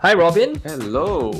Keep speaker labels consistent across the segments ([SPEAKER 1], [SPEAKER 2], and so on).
[SPEAKER 1] Hi, Robin.
[SPEAKER 2] Hello.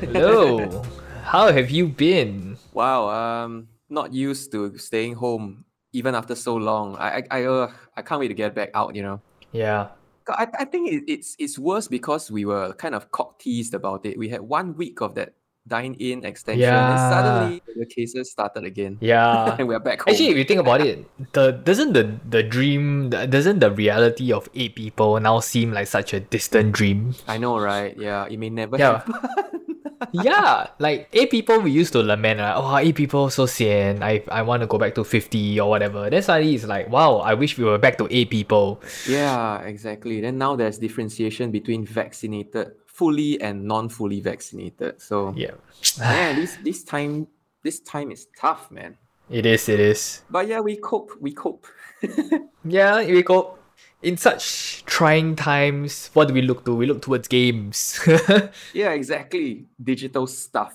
[SPEAKER 1] Hello. How have you been?
[SPEAKER 2] Wow. Um, not used to staying home even after so long. I I I, uh, I can't wait to get back out. You know.
[SPEAKER 1] Yeah.
[SPEAKER 2] God, I, I think it, it's it's worse because we were kind of cock teased about it. We had one week of that dine in extension, and
[SPEAKER 1] Yeah.
[SPEAKER 2] suddenly the cases started again,
[SPEAKER 1] Yeah.
[SPEAKER 2] and we're back home.
[SPEAKER 1] Actually, if you think about it, the doesn't the the dream doesn't the reality of eight people now seem like such a distant dream?
[SPEAKER 2] I know, right? Yeah, it may never.
[SPEAKER 1] Yeah.
[SPEAKER 2] happen.
[SPEAKER 1] yeah, like eight people we used to lament like, oh eight people so sian. I I want to go back to fifty or whatever. Then suddenly it's like, wow, I wish we were back to eight people.
[SPEAKER 2] yeah, exactly. Then now there's differentiation between vaccinated, fully and non-fully vaccinated. So
[SPEAKER 1] Yeah.
[SPEAKER 2] man, this this time this time is tough, man.
[SPEAKER 1] It is. It is.
[SPEAKER 2] But yeah, we cope. We cope.
[SPEAKER 1] Yeah, here we go. In such trying times, what do we look to? We look towards games.
[SPEAKER 2] Yeah, exactly. Digital stuff.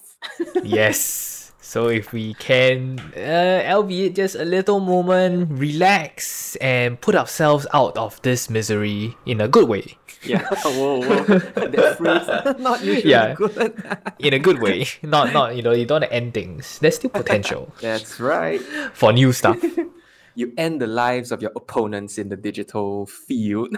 [SPEAKER 1] yes. So if we can, uh, albeit just a little moment, relax and put ourselves out of this misery in a good way.
[SPEAKER 2] Yeah. whoa, whoa. That phrase not usually
[SPEAKER 1] Yeah.
[SPEAKER 2] good.
[SPEAKER 1] In a good way, not not you know you don't want to end things. There's still potential
[SPEAKER 2] That's right.
[SPEAKER 1] for new stuff.
[SPEAKER 2] You end the lives of your opponents in the digital field.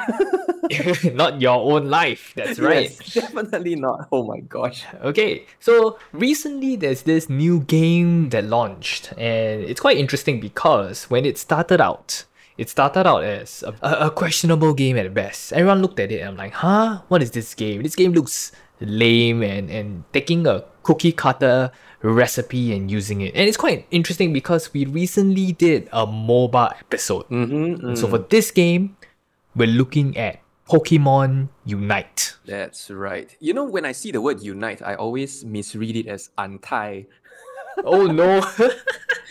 [SPEAKER 1] not your own life. That's right.
[SPEAKER 2] Yes, definitely not. Oh my gosh.
[SPEAKER 1] Okay, so recently there's this new game that launched, and it's quite interesting because when it started out, it started out as a, a, a questionable game at best. Everyone looked at it and I'm like, huh? What is this game? This game looks lame and, and taking a cookie cutter recipe and using it. And it's quite interesting because we recently did a MOBA episode.
[SPEAKER 2] Mm-hmm,
[SPEAKER 1] So for this game, we're looking at Pokemon Unite.
[SPEAKER 2] That's right. You know, when I see the word unite, I always misread it as untie.
[SPEAKER 1] Oh no!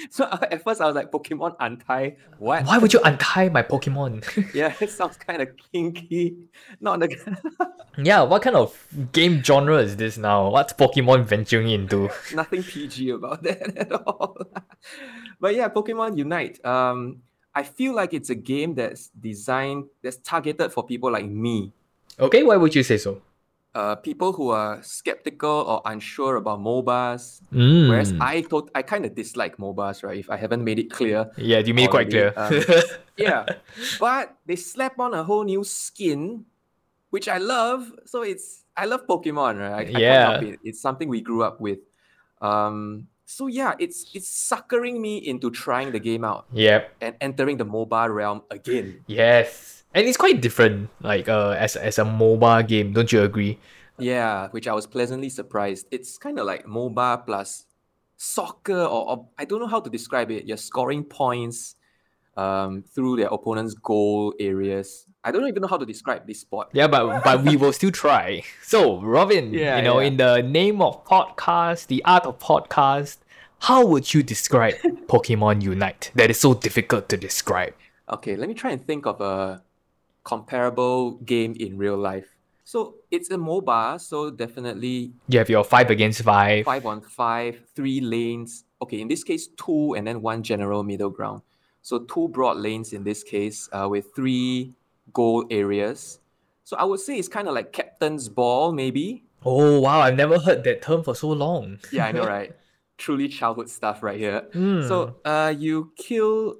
[SPEAKER 2] So at first I was like, Pokemon untie? What?
[SPEAKER 1] Why would you untie my Pokemon?
[SPEAKER 2] Yeah, it sounds kind of kinky. Not the
[SPEAKER 1] yeah, what kind of game genre is this now? What's Pokemon venturing into?
[SPEAKER 2] nothing PG about that at all. but yeah, Pokemon Unite. Um, I feel like it's a game that's designed that's targeted for people like me,
[SPEAKER 1] Okay, why would you say so?
[SPEAKER 2] uh, people who are skeptical or unsure about MOBAs.
[SPEAKER 1] Mm.
[SPEAKER 2] Whereas I thought I kind of dislike MOBAs, right? If I haven't made it clear.
[SPEAKER 1] yeah, you made it quite clear.
[SPEAKER 2] Already, Yeah. but they slap on a whole new skin, which I love. So it's I love Pokemon, right? I, I can't
[SPEAKER 1] Yeah.
[SPEAKER 2] help it. It's something we grew up with. Um, so yeah, it's it's suckering me into trying the game out.
[SPEAKER 1] yep.
[SPEAKER 2] and entering the mobile realm again.
[SPEAKER 1] Yes. And it's quite different, like uh, as as a MOBA game. Don't you agree?
[SPEAKER 2] Yeah, which I was pleasantly surprised. It's kind of like MOBA plus soccer, or, or I don't know how to describe it. You're scoring points um, through their opponent's goal areas. I don't even know how to describe this sport.
[SPEAKER 1] Yeah, but but we will still try. So, Robin,
[SPEAKER 2] Yeah,
[SPEAKER 1] you know,
[SPEAKER 2] yeah.
[SPEAKER 1] in the name of podcast, the art of podcast, how would you describe Pokemon Unite? That is so difficult to describe.
[SPEAKER 2] Okay, let me try and think of a comparable game in real life. So it's a MOBA, so definitely
[SPEAKER 1] You have your five against five.
[SPEAKER 2] five on five, three lanes. Okay, in this case, two and then one general middle ground. So two broad lanes in this case uh, with three goal areas. So I would say it's kind of like captain's ball, maybe.
[SPEAKER 1] Oh wow, I've never heard that term for so long.
[SPEAKER 2] Yeah, I know, right? Truly childhood stuff right here.
[SPEAKER 1] Mm.
[SPEAKER 2] So uh, you kill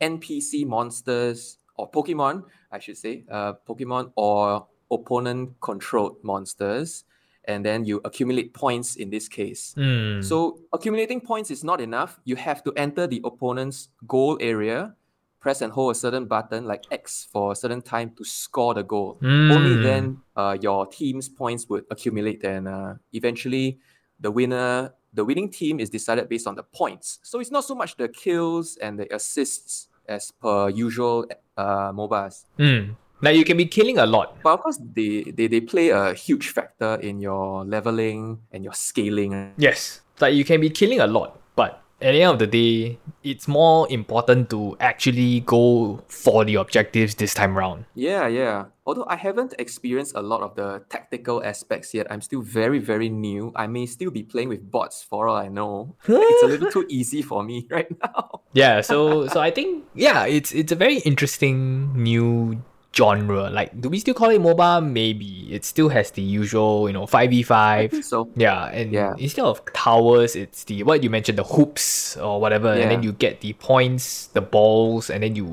[SPEAKER 2] NPC monsters or Pokemon, I should say, uh, Pokemon or opponent controlled monsters, and then you accumulate points in this case.
[SPEAKER 1] Mm.
[SPEAKER 2] So accumulating points is not enough. You have to enter the opponent's goal area, press and hold a certain button like X for a certain time to score the goal. Only
[SPEAKER 1] Mm.
[SPEAKER 2] then uh, your team's points would accumulate, and uh, eventually the winner, the winning team, is decided based on the points. So it's not so much the kills and the assists as per usual uh, MOBAs.
[SPEAKER 1] Mm. Like you can be killing a lot.
[SPEAKER 2] But of course, they, they they play a huge factor in your leveling and your scaling.
[SPEAKER 1] Yes. Like you can be killing a lot, but at the end of the day, it's more important to actually go for the objectives this time round.
[SPEAKER 2] Yeah, yeah. Although I haven't experienced a lot of the tactical aspects yet, I'm still very, very new. I may still be playing with bots for all I know. it's a little too easy for me right now.
[SPEAKER 1] Yeah, so so I think yeah, it's it's a very interesting new genre. Like, do we still call it MOBA? Maybe it still has the usual, you know, five v five.
[SPEAKER 2] So
[SPEAKER 1] Yeah, and
[SPEAKER 2] Yeah.
[SPEAKER 1] instead of towers, it's the what you mentioned, the hoops or whatever, and then you
[SPEAKER 2] Yeah.
[SPEAKER 1] get the points, the balls, and then you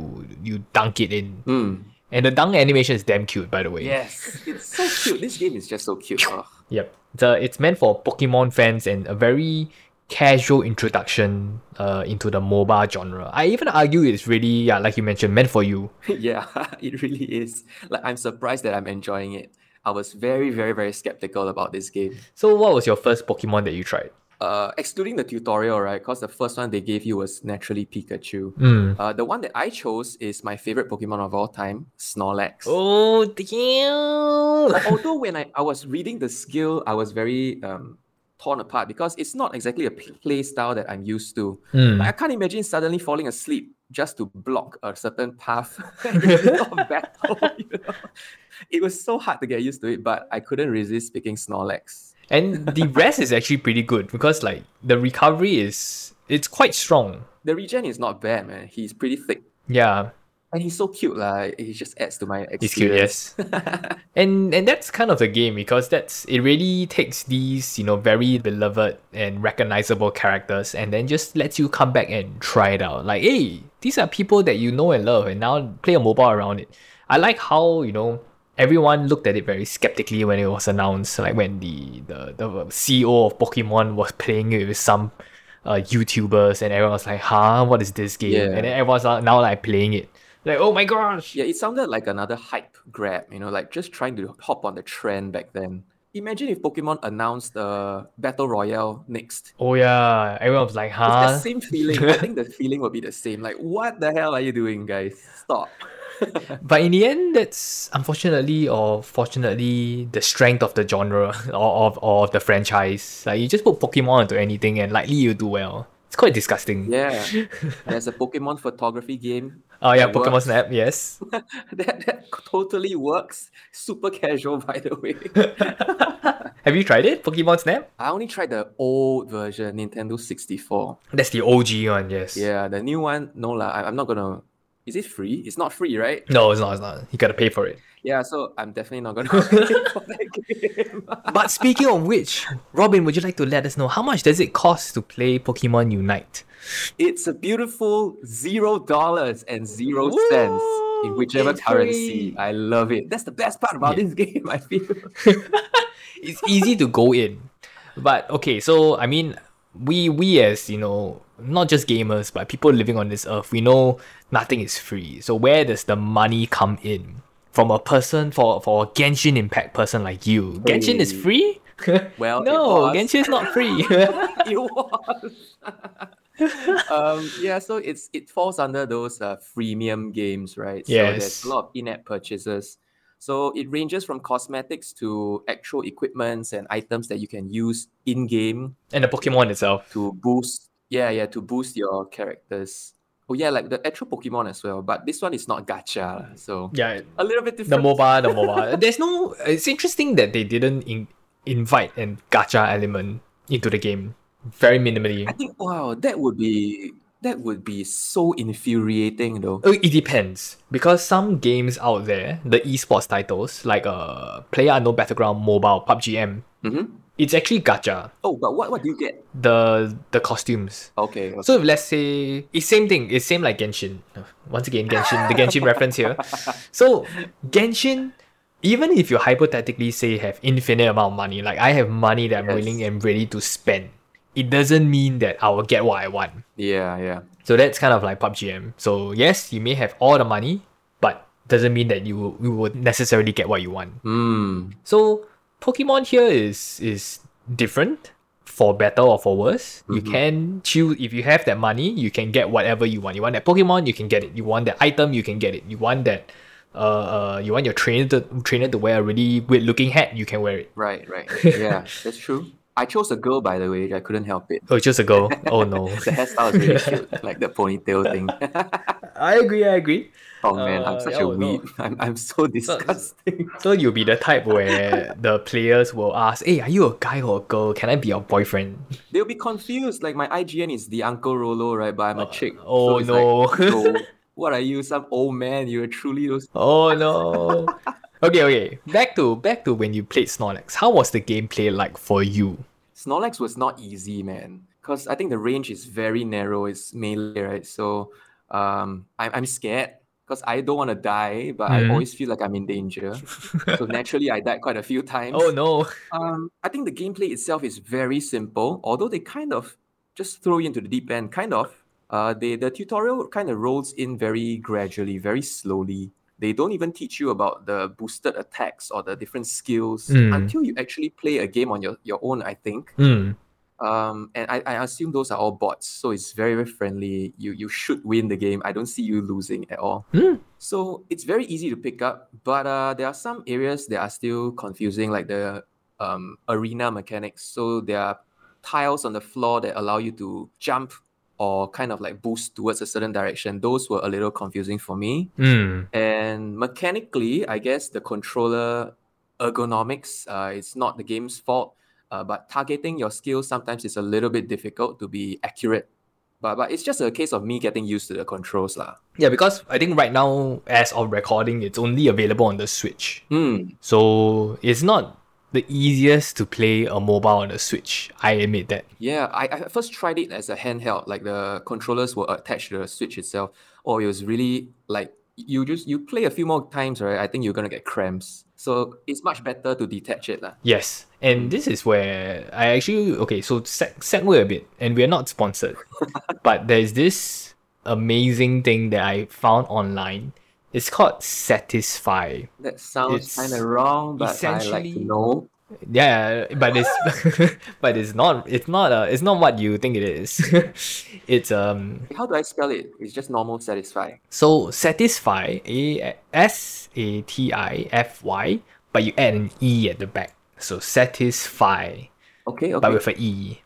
[SPEAKER 1] you dunk it in.
[SPEAKER 2] mm,
[SPEAKER 1] And the dunk animation is damn cute, by the way.
[SPEAKER 2] yes, it's so cute. This game is just so cute. Oh, Ugh.
[SPEAKER 1] Yep. The, it's meant for Pokemon fans and a very casual introduction uh, into the MOBA genre. I even argue it's really, yeah, like you mentioned, meant for you.
[SPEAKER 2] yeah, it really is. Like I'm surprised that I'm enjoying it. I was very, very, very skeptical about this game.
[SPEAKER 1] So, what was your first Pokemon that you tried?
[SPEAKER 2] Uh, excluding the tutorial, right? Because the first one they gave you was naturally Pikachu.
[SPEAKER 1] Mm.
[SPEAKER 2] Uh, the one that I chose is my favorite Pokemon of all time, Snorlax.
[SPEAKER 1] Oh, damn.
[SPEAKER 2] Although when I, I was reading the skill, I was very um, torn apart because it's not exactly a pl- play style that I'm used to.
[SPEAKER 1] Hmm.
[SPEAKER 2] Like, I can't imagine suddenly falling asleep just to block a certain path in the middle of battle. you know? It was so hard to get used to it, but I couldn't resist picking Snorlax.
[SPEAKER 1] And the rest is actually pretty good because, like, the recovery is it's quite strong.
[SPEAKER 2] The regen is not bad, man. He's pretty thick.
[SPEAKER 1] Yeah,
[SPEAKER 2] And he's so cute, lah. He just adds to my experience.
[SPEAKER 1] it's cute. Yes. and and that's kind of the game because that's it really takes these you know very beloved and recognizable characters and then just lets you come back and try it out like hey these are people that you know and love and now play a mobile around it i like how you know everyone looked at it very skeptically when it was announced like when the the, the ceo of pokemon was playing it with some uh, YouTubers and everyone was like, "Huh, what is this game?"
[SPEAKER 2] Yeah.
[SPEAKER 1] And then everyone's now now, like playing it, like, "Oh my gosh!"
[SPEAKER 2] Yeah, it sounded like another hype grab, you know, like just trying to hop on the trend back then. Imagine if Pokemon announced uh, Battle Royale next.
[SPEAKER 1] Oh yeah, everyone was like,
[SPEAKER 2] It's
[SPEAKER 1] "Huh?"
[SPEAKER 2] that same feeling. I think the feeling will be the same. Like, what the hell are you doing, guys? Stop.
[SPEAKER 1] But in the end, that's unfortunately or fortunately the strength of the genre or of, or of the franchise. Like you just put Pokemon into anything and likely you do well. It's quite disgusting.
[SPEAKER 2] Yeah. There's a Pokemon photography game.
[SPEAKER 1] Oh yeah,
[SPEAKER 2] It
[SPEAKER 1] Pokemon
[SPEAKER 2] works.
[SPEAKER 1] Snap, yes.
[SPEAKER 2] That, that totally works. Super casual, by the way.
[SPEAKER 1] Have you tried it? Pokemon Snap?
[SPEAKER 2] I only tried the old version, Nintendo 64.
[SPEAKER 1] That's the OG one, yes.
[SPEAKER 2] Yeah, the new one, no lah. I- I'm not gonna. Is it free? It's not free, right?
[SPEAKER 1] No, it's not, it's not. You gotta pay for it.
[SPEAKER 2] Yeah, so I'm definitely not gonna wait for that game.
[SPEAKER 1] But speaking of which, Robin, would you like to let us know how much does it cost to play Pokemon Unite?
[SPEAKER 2] It's a beautiful zero dollars and zero cents in
[SPEAKER 1] Woo!
[SPEAKER 2] whichever
[SPEAKER 1] It's
[SPEAKER 2] currency.
[SPEAKER 1] free.
[SPEAKER 2] I love it. That's the best part about this game, I feel.
[SPEAKER 1] it's easy to go in but okay so i mean we we as you know not just gamers but people living on this earth we know nothing is free so where does the money come in from a person for for a genshin impact person like you genshin is free
[SPEAKER 2] Well, it
[SPEAKER 1] no
[SPEAKER 2] was.
[SPEAKER 1] genshin is not free
[SPEAKER 2] it was. um, yeah, so it's it falls under those uh, freemium games, right? So
[SPEAKER 1] Yes.
[SPEAKER 2] there's a lot of in-app purchases. So it ranges from cosmetics to actual equipments and items that you can use in-game
[SPEAKER 1] and the pokemon itself
[SPEAKER 2] to boost yeah yeah to boost your characters oh yeah like the actual pokemon as well but this one is not gacha lah, so
[SPEAKER 1] yeah
[SPEAKER 2] a little bit
[SPEAKER 1] the
[SPEAKER 2] different
[SPEAKER 1] mobile the mobile there's no it's interesting that they didn't in, invite an gacha element into the game very minimally
[SPEAKER 2] i think wow that would be that would be so infuriating though
[SPEAKER 1] Uh, It depends because some games out there, the esports titles like uh Player No Battleground Mobile PUBGM,
[SPEAKER 2] Mhm.
[SPEAKER 1] it's actually gacha.
[SPEAKER 2] oh but what what do you get
[SPEAKER 1] The the costumes.
[SPEAKER 2] okay, okay.
[SPEAKER 1] So if let's say it's same thing, it's same like Genshin. Uh, Once again, Genshin, the Genshin reference here. So Genshin, even if you hypothetically say have infinite amount of money, like I have money that I'm
[SPEAKER 2] Yes.
[SPEAKER 1] willing and ready to spend, it doesn't mean that I will get what I want.
[SPEAKER 2] yeah yeah
[SPEAKER 1] So that's kind of like PUBGM. So yes, you may have all the money, but doesn't mean that you will, you will necessarily get what you want.
[SPEAKER 2] Hmm.
[SPEAKER 1] So Pokemon here is is different for better or for worse. You can choose if you have that money, you can get whatever you want. You want that Pokemon, you can get it. You want that item, you can get it. You want that uh, uh you want your trainer to trainer to wear a really weird looking hat, you can wear it.
[SPEAKER 2] right right yeah that's true i chose a girl by the way i couldn't help it
[SPEAKER 1] Oh, it's just a girl. Oh no.
[SPEAKER 2] the hairstyle is really cute like the ponytail thing
[SPEAKER 1] I agree, I agree.
[SPEAKER 2] oh man i'm
[SPEAKER 1] Uh,
[SPEAKER 2] such a
[SPEAKER 1] oh, no.
[SPEAKER 2] weeb I'm, I'm so
[SPEAKER 1] so-
[SPEAKER 2] disgusting
[SPEAKER 1] So you'll be the type where the players will ask, "Hey, are you a guy or a girl? Can I be your boyfriend?"
[SPEAKER 2] They'll Uh, be confused. Like my IGN is the Uncle Rolo, right? But I'm a chick.
[SPEAKER 1] oh,
[SPEAKER 2] it's like,
[SPEAKER 1] no.
[SPEAKER 2] so What are you, some old man? You're truly those.
[SPEAKER 1] Oh no. okay, okay. Back to back to when you played Snorlax. How was the gameplay like for you?
[SPEAKER 2] Snorlax was not easy, man. Because I think the range is very narrow. It's melee, right? So um, I'm, I'm scared because I don't want to die, but I
[SPEAKER 1] Mhm.
[SPEAKER 2] always feel like I'm in danger. so naturally, I died quite a few times.
[SPEAKER 1] Oh no.
[SPEAKER 2] Um, I think the gameplay itself is very simple, although they kind of just throw you into the deep end. Kind of, uh, they the tutorial kind of rolls in very gradually, very slowly. They don't even teach you about the boosted attacks or the different skills
[SPEAKER 1] Mm.
[SPEAKER 2] until you actually play a game on your, your own. I think,
[SPEAKER 1] Hmm.
[SPEAKER 2] um, and I, I assume those are all bots, so it's very very friendly. You you should win the game. I don't see you losing at all.
[SPEAKER 1] Hmm.
[SPEAKER 2] So it's very easy to pick up, but uh, there are some areas that are still confusing, like the um, arena mechanics. So there are tiles on the floor that allow you to jump or kind of like boost towards a certain direction. Those were a little confusing for me.
[SPEAKER 1] Hmm.
[SPEAKER 2] And mechanically, I guess the controller ergonomics, uh, it's not the game's fault, uh, but targeting your skills sometimes is a little bit difficult to be accurate. But, but it's just a case of me getting used to the controls lah.
[SPEAKER 1] Yeah, because I think right now, as of recording, it's only available on the Switch.
[SPEAKER 2] Hmm.
[SPEAKER 1] So it's not the easiest to play a mobile on the Switch. I admit that.
[SPEAKER 2] Yeah, I, I first tried it as a handheld. Like the controllers were attached to the Switch itself. Oh, it was really like you just you play a few more times, right? I think you're gonna get cramps. So it's much better to detach it, lah.
[SPEAKER 1] Yes. And this is where I actually okay, so seg- segue a bit, and we're not sponsored, but there's this amazing thing that I found online. It's called Satisfy.
[SPEAKER 2] That sounds
[SPEAKER 1] It's
[SPEAKER 2] kind of wrong, but I like to
[SPEAKER 1] essentially-
[SPEAKER 2] know.
[SPEAKER 1] Yeah, but it's but it's not it's not uh it's not what you think it is. it's um
[SPEAKER 2] How do I spell it? It's just normal satisfy.
[SPEAKER 1] So satisfy a s a t i f y, but you add an e at the back. So satisfy,
[SPEAKER 2] Okay,
[SPEAKER 1] but
[SPEAKER 2] okay.
[SPEAKER 1] with an e.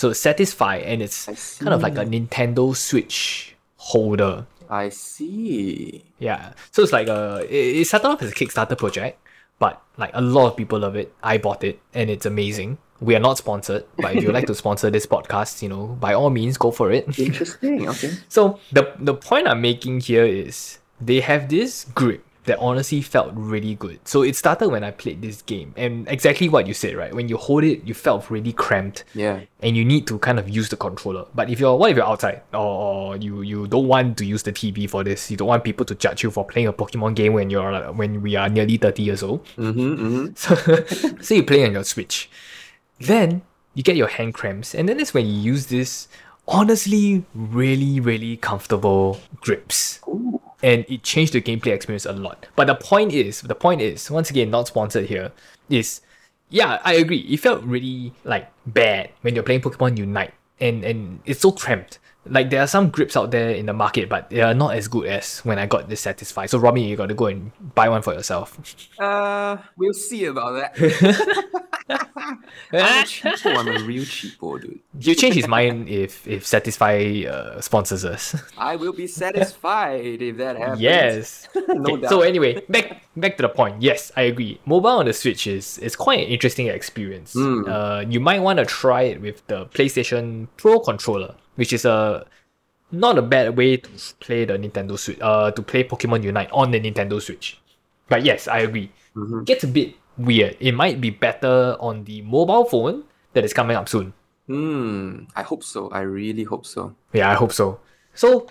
[SPEAKER 1] So satisfy, and it's
[SPEAKER 2] I
[SPEAKER 1] kind of like a Nintendo Switch holder.
[SPEAKER 2] I see.
[SPEAKER 1] Yeah. So it's like a it, it started off as a Kickstarter project, but like a lot of people love it. I bought it, and it's amazing. We are not sponsored, but if you'd like to sponsor this podcast, you know, by all means, go for it.
[SPEAKER 2] Interesting. Okay.
[SPEAKER 1] So the the point I'm making here is they have this grip that honestly felt really good. So it started when I played this game, and exactly what you said, right? When you hold it, you felt really cramped,
[SPEAKER 2] Yeah.
[SPEAKER 1] and you need to kind of use the controller. But if you're what if you're outside, or, or you you don't want to use the TV for this, you don't want people to judge you for playing a Pokemon game when you're like, when we are nearly thirty years old.
[SPEAKER 2] Mm-hmm, mm-hmm.
[SPEAKER 1] So, so you play on your Switch. Then you get your hand cramps, and then that's when you use this honestly really, really comfortable grips.
[SPEAKER 2] Ooh.
[SPEAKER 1] And it changed the gameplay experience a lot. But the point is, the point is, once again, not sponsored here, is yeah, I agree. It felt really like bad when you're playing Pokemon Unite and and it's so cramped. Like there are some grips out there in the market, but they are not as good as when I got this satisfied. So Robbie, you gotta go and buy one for yourself.
[SPEAKER 2] Uh, we'll see about that. I'm a cheapo. I'm a real cheapo, dude.
[SPEAKER 1] He'll change his mind if if Satisfy uh, sponsors us.
[SPEAKER 2] I will be satisfied if that happens.
[SPEAKER 1] yes.
[SPEAKER 2] No
[SPEAKER 1] Okay, So
[SPEAKER 2] doubt.
[SPEAKER 1] anyway, back back to the point. Yes, I agree. Mobile on the Switch is is quite an interesting experience.
[SPEAKER 2] Mm.
[SPEAKER 1] Uh, you might want to try it with the PlayStation Pro controller, which is a not a bad way to play the Nintendo Switch. Uh, to play Pokemon Unite on the Nintendo Switch. But yes, I agree.
[SPEAKER 2] Mhm.
[SPEAKER 1] Gets a bit weird. It might be better on the mobile phone that is coming up soon.
[SPEAKER 2] Hmm. I hope so. I really hope so.
[SPEAKER 1] Yeah, I hope so. So,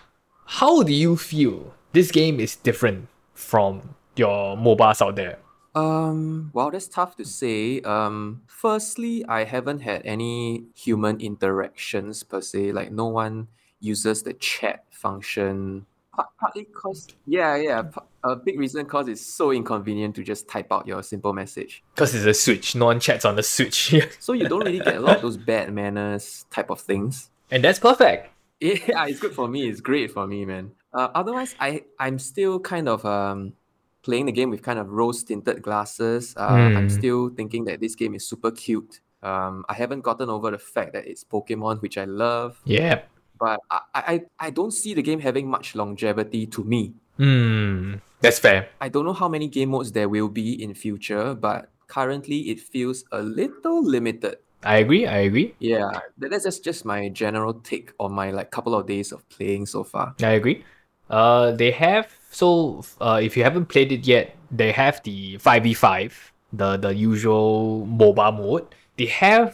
[SPEAKER 1] how do you feel this game is different from your MOBAs out there?
[SPEAKER 2] Um. Wow, that's tough to say. Um. Firstly, I haven't had any human interactions per se. Like no one uses the chat function. Par- Partly cause yeah yeah pa- a big reason cause it's so inconvenient to just type out your simple message.
[SPEAKER 1] Because it's a Switch, no one chats on the Switch.
[SPEAKER 2] So you don't really get a lot of those bad manners type of things.
[SPEAKER 1] and that's perfect.
[SPEAKER 2] Yeah, it's good for me. It's great for me, man. Uh, otherwise, I I'm still kind of um playing the game with kind of rose tinted glasses. Uh, I'm
[SPEAKER 1] Mm.
[SPEAKER 2] still thinking that this game is super cute. Um, I haven't gotten over the fact that it's Pokemon, which I love,
[SPEAKER 1] Yeah.
[SPEAKER 2] but I I, I don't see the game having much longevity to me.
[SPEAKER 1] Hmm. That's fair.
[SPEAKER 2] I don't know how many game modes there will be in future, but currently it feels a little limited.
[SPEAKER 1] I agree. I agree.
[SPEAKER 2] Yeah, that- that's just just my general take on my like couple of days of playing so far.
[SPEAKER 1] I agree. Uh, they have so uh, if you haven't played it yet, they have the five v five, the the usual MOBA mode. They have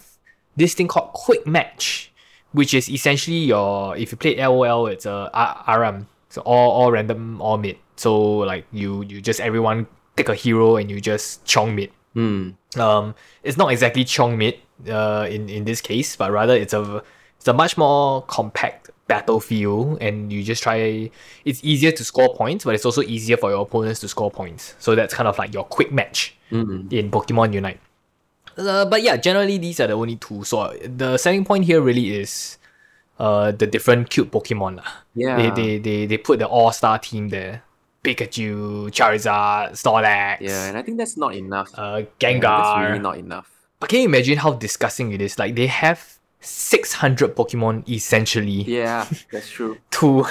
[SPEAKER 1] this thing called quick match, which is essentially your if you play LOL, it's uh, a R- RM, so all all random all mid. So like you you just everyone take a hero and you just chong mid.
[SPEAKER 2] Hmm.
[SPEAKER 1] Um, it's not exactly Chong mid uh, in in this case, but rather it's a it's a much more compact battlefield, and you just try. It's easier to score points, but it's also easier for your opponents to score points. So that's kind of like your quick match
[SPEAKER 2] Mm-hmm.
[SPEAKER 1] in Pokemon Unite. Uh, but yeah, generally these are the only two. So uh, the selling point here really is, uh, the different cute Pokemon lah. They,
[SPEAKER 2] Yeah.
[SPEAKER 1] they they they put the all star team there. Pikachu, Charizard, Snorlax,
[SPEAKER 2] Yeah, and I think that's not enough.
[SPEAKER 1] uh,
[SPEAKER 2] Yeah,
[SPEAKER 1] Gengar.
[SPEAKER 2] that's really not enough.
[SPEAKER 1] But can you imagine how disgusting it is? Like they have 600 Pokemon essentially
[SPEAKER 2] Yeah, that's true.
[SPEAKER 1] to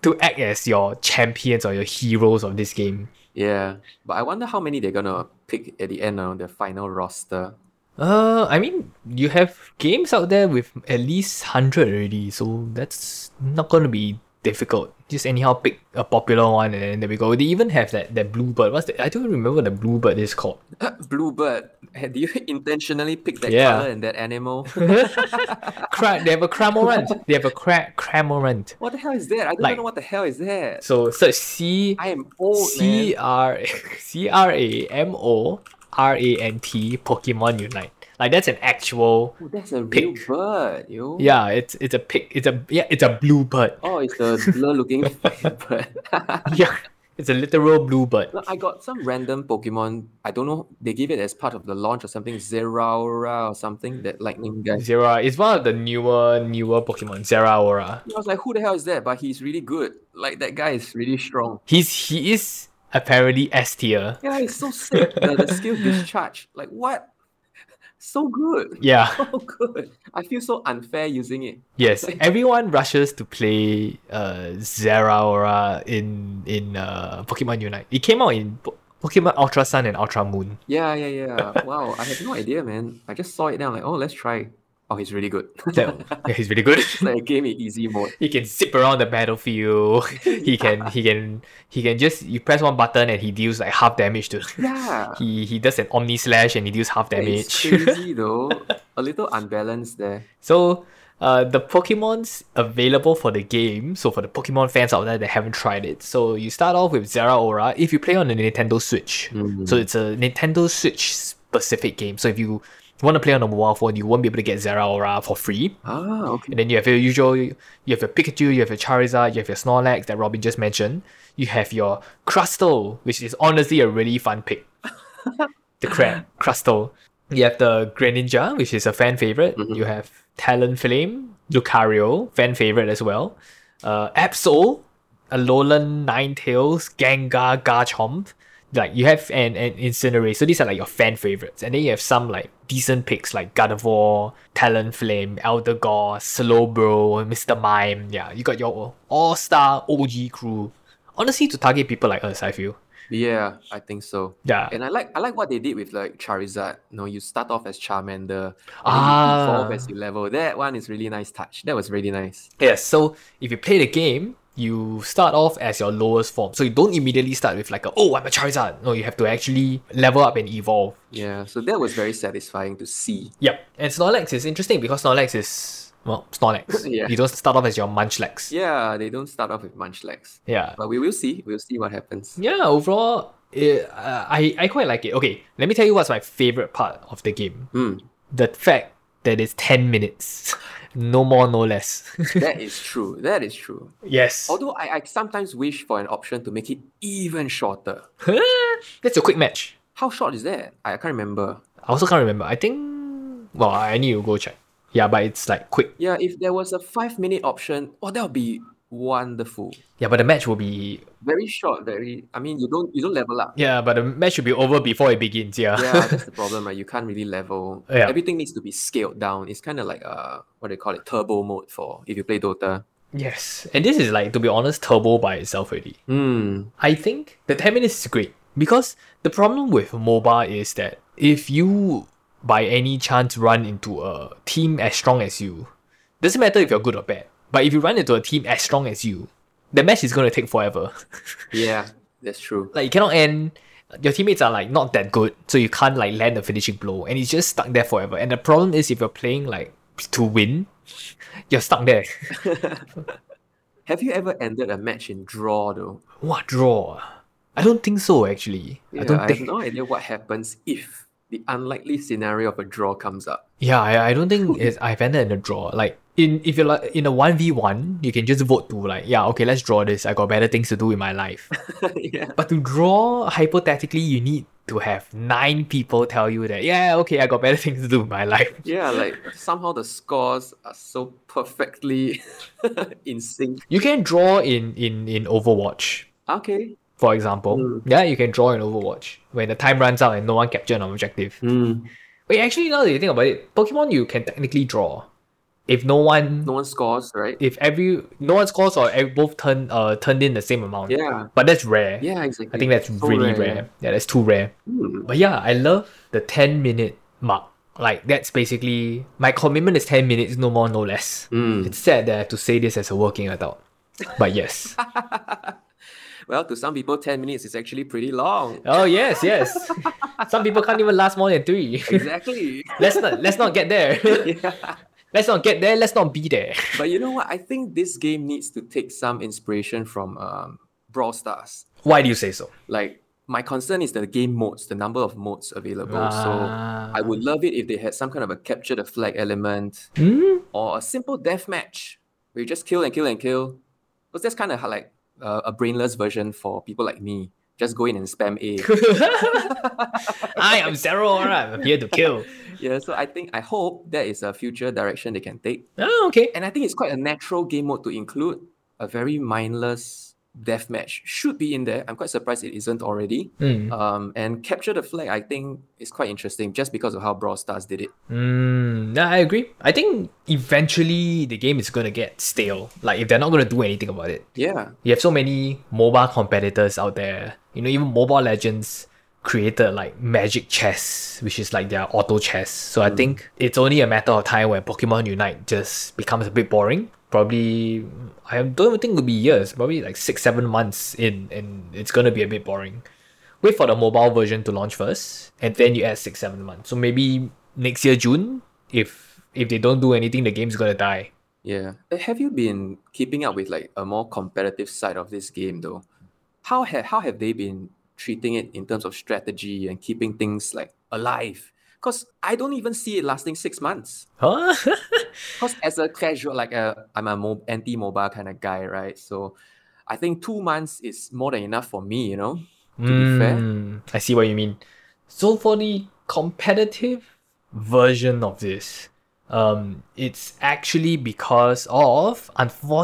[SPEAKER 1] to act as your champions or your heroes of this game.
[SPEAKER 2] Yeah, but I wonder how many they're gonna pick at the end of the final roster.
[SPEAKER 1] Uh, I mean, you have games out there with at least 100 already, so that's not gonna be difficult. Just anyhow pick a popular one and then there we go. They even have that, that bluebird. What's the, I don't remember what the bluebird is called.
[SPEAKER 2] Bluebird, do you intentionally pick that
[SPEAKER 1] Yeah.
[SPEAKER 2] color and that animal?
[SPEAKER 1] Cra- they have a Cramorant. They have a cra- Cramorant.
[SPEAKER 2] what the hell is that? I don't
[SPEAKER 1] Like-
[SPEAKER 2] know what the hell is that.
[SPEAKER 1] So search C
[SPEAKER 2] I am old,
[SPEAKER 1] C
[SPEAKER 2] man.
[SPEAKER 1] R C R A M O R A N T Pokemon Unite. Like that's an actual
[SPEAKER 2] Oh, that's a real
[SPEAKER 1] Pig.
[SPEAKER 2] bird, yo.
[SPEAKER 1] yeah, it's it's a pig it's a yeah, it's a blue bird.
[SPEAKER 2] Oh, it's a blur-looking bird.
[SPEAKER 1] Yeah. It's a literal blue bird.
[SPEAKER 2] Look, I got some random Pokemon. I don't know. They give it as part of the launch or something. Zeraora or something. That lightning guy.
[SPEAKER 1] Zera is one of the newer newer Pokemon, Zeraora.
[SPEAKER 2] I was like, who the hell is that? But he's really good. Like that guy is really strong.
[SPEAKER 1] He's he is apparently S tier.
[SPEAKER 2] Yeah, it's so sick. the, the skill discharge. Like what? So good.
[SPEAKER 1] Yeah.
[SPEAKER 2] So good. I feel so unfair using it.
[SPEAKER 1] Yes, everyone rushes to play uh, Zeraora in in uh, Pokemon Unite. It came out in Po- Pokemon Ultra Sun and Ultra Moon.
[SPEAKER 2] Yeah, yeah, yeah. wow, I have no idea, man. I just saw it now. Like, oh, let's try. Oh, he's really good.
[SPEAKER 1] That, yeah, he's really good.
[SPEAKER 2] like a game in easy mode.
[SPEAKER 1] he can zip around the battlefield. he can he can he can just you press one button and he deals like half damage to.
[SPEAKER 2] Yeah.
[SPEAKER 1] He he does an Omni Slash and he deals half
[SPEAKER 2] Yeah, It's
[SPEAKER 1] damage.
[SPEAKER 2] crazy though. A little unbalanced there.
[SPEAKER 1] So, uh, the Pokemon's available for the game. So for the Pokemon fans out there that haven't tried it, so you start off with Zeraora if you play on the Nintendo Switch. So it's a Nintendo Switch specific game. So if you want to play on a mobile phone, you won't be able to get Zeraora for free.
[SPEAKER 2] Ah, okay.
[SPEAKER 1] And then you have your usual, you have your Pikachu, you have your Charizard, you have your Snorlax that Robin just mentioned. You have your Crustle, which is honestly a really fun pick. the crab, Crustle. You have the Greninja, which is a fan favorite. You have Talonflame, Lucario, fan favorite as well. Uh, Absol, Alolan Ninetales, Gengar, Garchomp. Like you have an, an Incinerate. So these are like your fan favorites. And then you have some like decent picks like Gardevoir, Talonflame, Eldegoss, Slowbro, Mr. Mime. Yeah, you got your all-star OG crew. Honestly, to target people like us, I feel.
[SPEAKER 2] Yeah, I think so.
[SPEAKER 1] Yeah.
[SPEAKER 2] And I like I like what they did with like Charizard. You know, you start off as Charmander, and then you
[SPEAKER 1] Ah.
[SPEAKER 2] evolve as you level. That one is really nice touch. That was really nice.
[SPEAKER 1] Yes, so if you play the game, you start off as your lowest form. So you don't immediately start with like a, oh, I'm a Charizard. No, you have to actually level up and evolve.
[SPEAKER 2] Yeah, so that was very satisfying to see.
[SPEAKER 1] Yep. And Snorlax is interesting because Snorlax is, well, Snorlax.
[SPEAKER 2] Yeah.
[SPEAKER 1] You don't start off as your Munchlax.
[SPEAKER 2] Yeah, they don't start off with Munchlax,
[SPEAKER 1] Yeah.
[SPEAKER 2] but we will see. We'll see what happens.
[SPEAKER 1] Yeah, overall, it, uh, I, I quite like it. Okay, let me tell you what's my favorite part of the game.
[SPEAKER 2] Hmm,
[SPEAKER 1] The fact that it's 10 minutes. No more, no less.
[SPEAKER 2] that is true. That is true.
[SPEAKER 1] yes.
[SPEAKER 2] Although I, I sometimes wish for an option to make it even shorter.
[SPEAKER 1] That's a quick match.
[SPEAKER 2] How short is that? I, I can't remember.
[SPEAKER 1] I also can't remember. I think. Well, I need to go check. Yeah, but it's like quick.
[SPEAKER 2] Yeah, if there was a five minute option, oh, that would be wonderful.
[SPEAKER 1] Yeah, but the match will be.
[SPEAKER 2] Very short. Very. I mean, you don't you don't level up.
[SPEAKER 1] Yeah, but the match should be over before it begins. Yeah.
[SPEAKER 2] Yeah, that's the problem, right? You can't really level.
[SPEAKER 1] Yeah.
[SPEAKER 2] Everything needs to be scaled down. It's kind of like uh, what do they call it? Turbo mode for if you play Dota.
[SPEAKER 1] yes, and this is like to be honest, turbo by itself already.
[SPEAKER 2] Hmm.
[SPEAKER 1] I think the ten minutes is great because the problem with MOBA is that if you by any chance run into a team as strong as you, doesn't matter if you're good or bad. But if you run into a team as strong as you, the match is going to take forever.
[SPEAKER 2] Yeah, that's true.
[SPEAKER 1] like you cannot end. Your teammates are like not that good, so you can't like land a finishing blow, and it's just stuck there forever. And the problem is if you're playing like to win, you're stuck there.
[SPEAKER 2] Have you ever ended a match in draw though?
[SPEAKER 1] what draw? I don't think so. Actually, I
[SPEAKER 2] Yeah,
[SPEAKER 1] don't
[SPEAKER 2] I
[SPEAKER 1] think.
[SPEAKER 2] have no idea what happens if the unlikely scenario of a draw comes up.
[SPEAKER 1] Yeah, I, I don't think it's, I've ended in a draw. Like in if you're like in a one v one, you can just vote to like yeah okay let's draw this. I got better things to do in my life.
[SPEAKER 2] yeah.
[SPEAKER 1] but to draw hypothetically, you need to have nine people tell you that yeah okay I got better things to do in my life.
[SPEAKER 2] Yeah, like somehow the scores are so perfectly in sync.
[SPEAKER 1] You can draw in in in Overwatch.
[SPEAKER 2] Okay.
[SPEAKER 1] For example,
[SPEAKER 2] Mm.
[SPEAKER 1] yeah, you can draw in Overwatch when the time runs out and no one captured an objective.
[SPEAKER 2] Hmm.
[SPEAKER 1] Wait, actually, now that you think about it, Pokemon you can technically draw if no one
[SPEAKER 2] No one scores, right?
[SPEAKER 1] if every no one scores or every, both turn uh turned in the same amount.
[SPEAKER 2] Yeah.
[SPEAKER 1] But that's rare.
[SPEAKER 2] Yeah, exactly.
[SPEAKER 1] I think that's
[SPEAKER 2] So
[SPEAKER 1] really rare.
[SPEAKER 2] rare.
[SPEAKER 1] Yeah, that's too rare.
[SPEAKER 2] Hmm.
[SPEAKER 1] But yeah, I love the ten minute mark. Like that's basically my commitment is ten minutes, no more, no less.
[SPEAKER 2] Hmm.
[SPEAKER 1] It's sad that I have to say this as a working adult. But yes.
[SPEAKER 2] Well, to some people, 10 minutes is actually pretty long.
[SPEAKER 1] oh yes, yes. Some people can't even last more than three.
[SPEAKER 2] Exactly.
[SPEAKER 1] let's not let's not get there.
[SPEAKER 2] yeah.
[SPEAKER 1] let's not get there, let's not be there.
[SPEAKER 2] But you know what? I think this game needs to take some inspiration from um, Brawl Stars.
[SPEAKER 1] Why do you say so?
[SPEAKER 2] Like, my concern is the game modes, the number of modes available.
[SPEAKER 1] Ah.
[SPEAKER 2] So I would love it if they had some kind of a capture the flag element
[SPEAKER 1] Hmm?
[SPEAKER 2] or a simple death match where you just kill and kill and kill. Because that's kind of like uh, a brainless version for people like me. Just go in and spam A.
[SPEAKER 1] I am Zero, alright, I'm here to kill.
[SPEAKER 2] yeah, so I think, I hope that is a future direction they can take.
[SPEAKER 1] Oh, okay.
[SPEAKER 2] And I think it's quite a natural game mode to include. A very mindless deathmatch should be in there. I'm quite surprised it isn't already.
[SPEAKER 1] Mm.
[SPEAKER 2] Um, and capture the flag, I think, is quite interesting just because of how Brawl Stars did it.
[SPEAKER 1] Mm, nah, I agree. I think eventually the game is gonna get stale. Like if they're not gonna do anything about it,
[SPEAKER 2] Yeah,
[SPEAKER 1] you have so many MOBA competitors out there. You know, even Mobile Legends created like Magic Chess, which is like their auto chess. So I think it's only a matter of time when Pokemon Unite just becomes a bit boring. Probably, I don't even think it'll be years. Probably like six, seven months in, and it's gonna be a bit boring. Wait for the mobile version to launch first, and then you add six, seven months. So maybe next year June, if if they don't do anything, the game's gonna die.
[SPEAKER 2] yeah. Uh, Have you been keeping up with like a more competitive side of this game though? How have how have they been treating it in terms of strategy and keeping things like alive? Because I don't even see it lasting six months.
[SPEAKER 1] Huh?
[SPEAKER 2] Because as a casual, like a, I'm a mo- anti-mobile kind of guy, right? So I think two months is more than enough for me, you know? To be fair.
[SPEAKER 1] Mm, I see what you mean. So for the competitive version of this, um, it's actually because of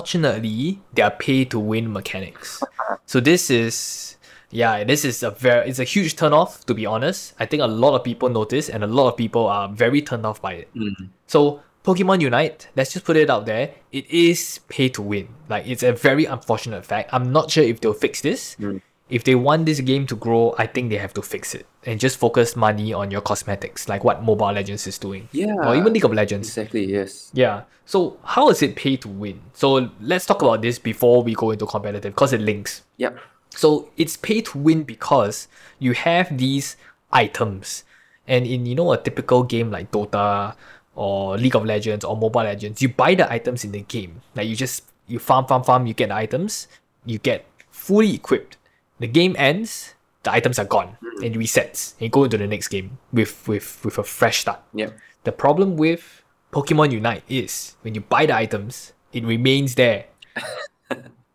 [SPEAKER 1] unfortunately their pay to win mechanics. So this is yeah, this is a very it's a huge turnoff to be honest. I think a lot of people notice and a lot of people are very turned off by it.
[SPEAKER 2] Mm.
[SPEAKER 1] So Pokemon Unite, let's just put it out there. It is pay to win. Like it's a very unfortunate fact. I'm not sure if they'll fix this.
[SPEAKER 2] Mm.
[SPEAKER 1] If they want this game to grow, I think they have to fix it and just focus money on your cosmetics, like what Mobile Legends is doing,
[SPEAKER 2] Yeah.
[SPEAKER 1] or even League of Legends.
[SPEAKER 2] Exactly, yes.
[SPEAKER 1] Yeah. So how is it pay to win? So let's talk about this before we go into competitive, because it links.
[SPEAKER 2] Yep.
[SPEAKER 1] So it's pay to win because you have these items. And in you know a typical game like Dota or League of Legends or Mobile Legends, you buy the items in the game. Like you just you farm, farm, farm, you get the items, you get fully equipped. The game ends, the items are gone, and it resets. And you go into the next game with with with a fresh start.
[SPEAKER 2] Yep.
[SPEAKER 1] The problem with Pokemon Unite is when you buy the items, it remains there.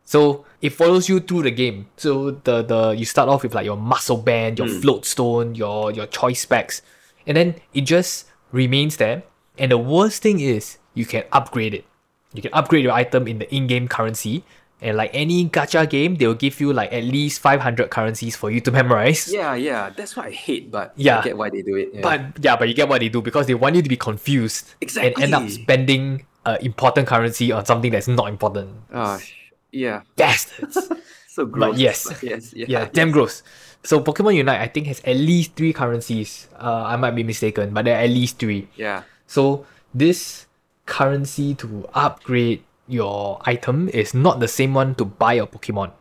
[SPEAKER 1] so it follows you through the game. So the, the you start off with like your muscle band, your float stone, your your choice specs, and then it just remains there. And the worst thing is you can upgrade it. You can upgrade your item in the in-game currency. And like any gacha game, they will give you like at least 500 currencies for you to memorize.
[SPEAKER 2] Yeah, yeah. That's what I hate, but
[SPEAKER 1] Yeah.
[SPEAKER 2] I get why they do it. yeah.
[SPEAKER 1] But yeah, but you get what they do because they want you to be confused and end up
[SPEAKER 2] Exactly.
[SPEAKER 1] spending uh, important currency on something that's not important.
[SPEAKER 2] Ah, sh- yeah.
[SPEAKER 1] Bastards.
[SPEAKER 2] So gross.
[SPEAKER 1] yes.
[SPEAKER 2] but Yes. Yeah.
[SPEAKER 1] yeah, damn gross. So Pokemon Unite, I think, has at least three currencies. Uh, I might be mistaken, but there are at least three.
[SPEAKER 2] Yeah.
[SPEAKER 1] So this currency to upgrade your item is not the same one to buy your Pokemon,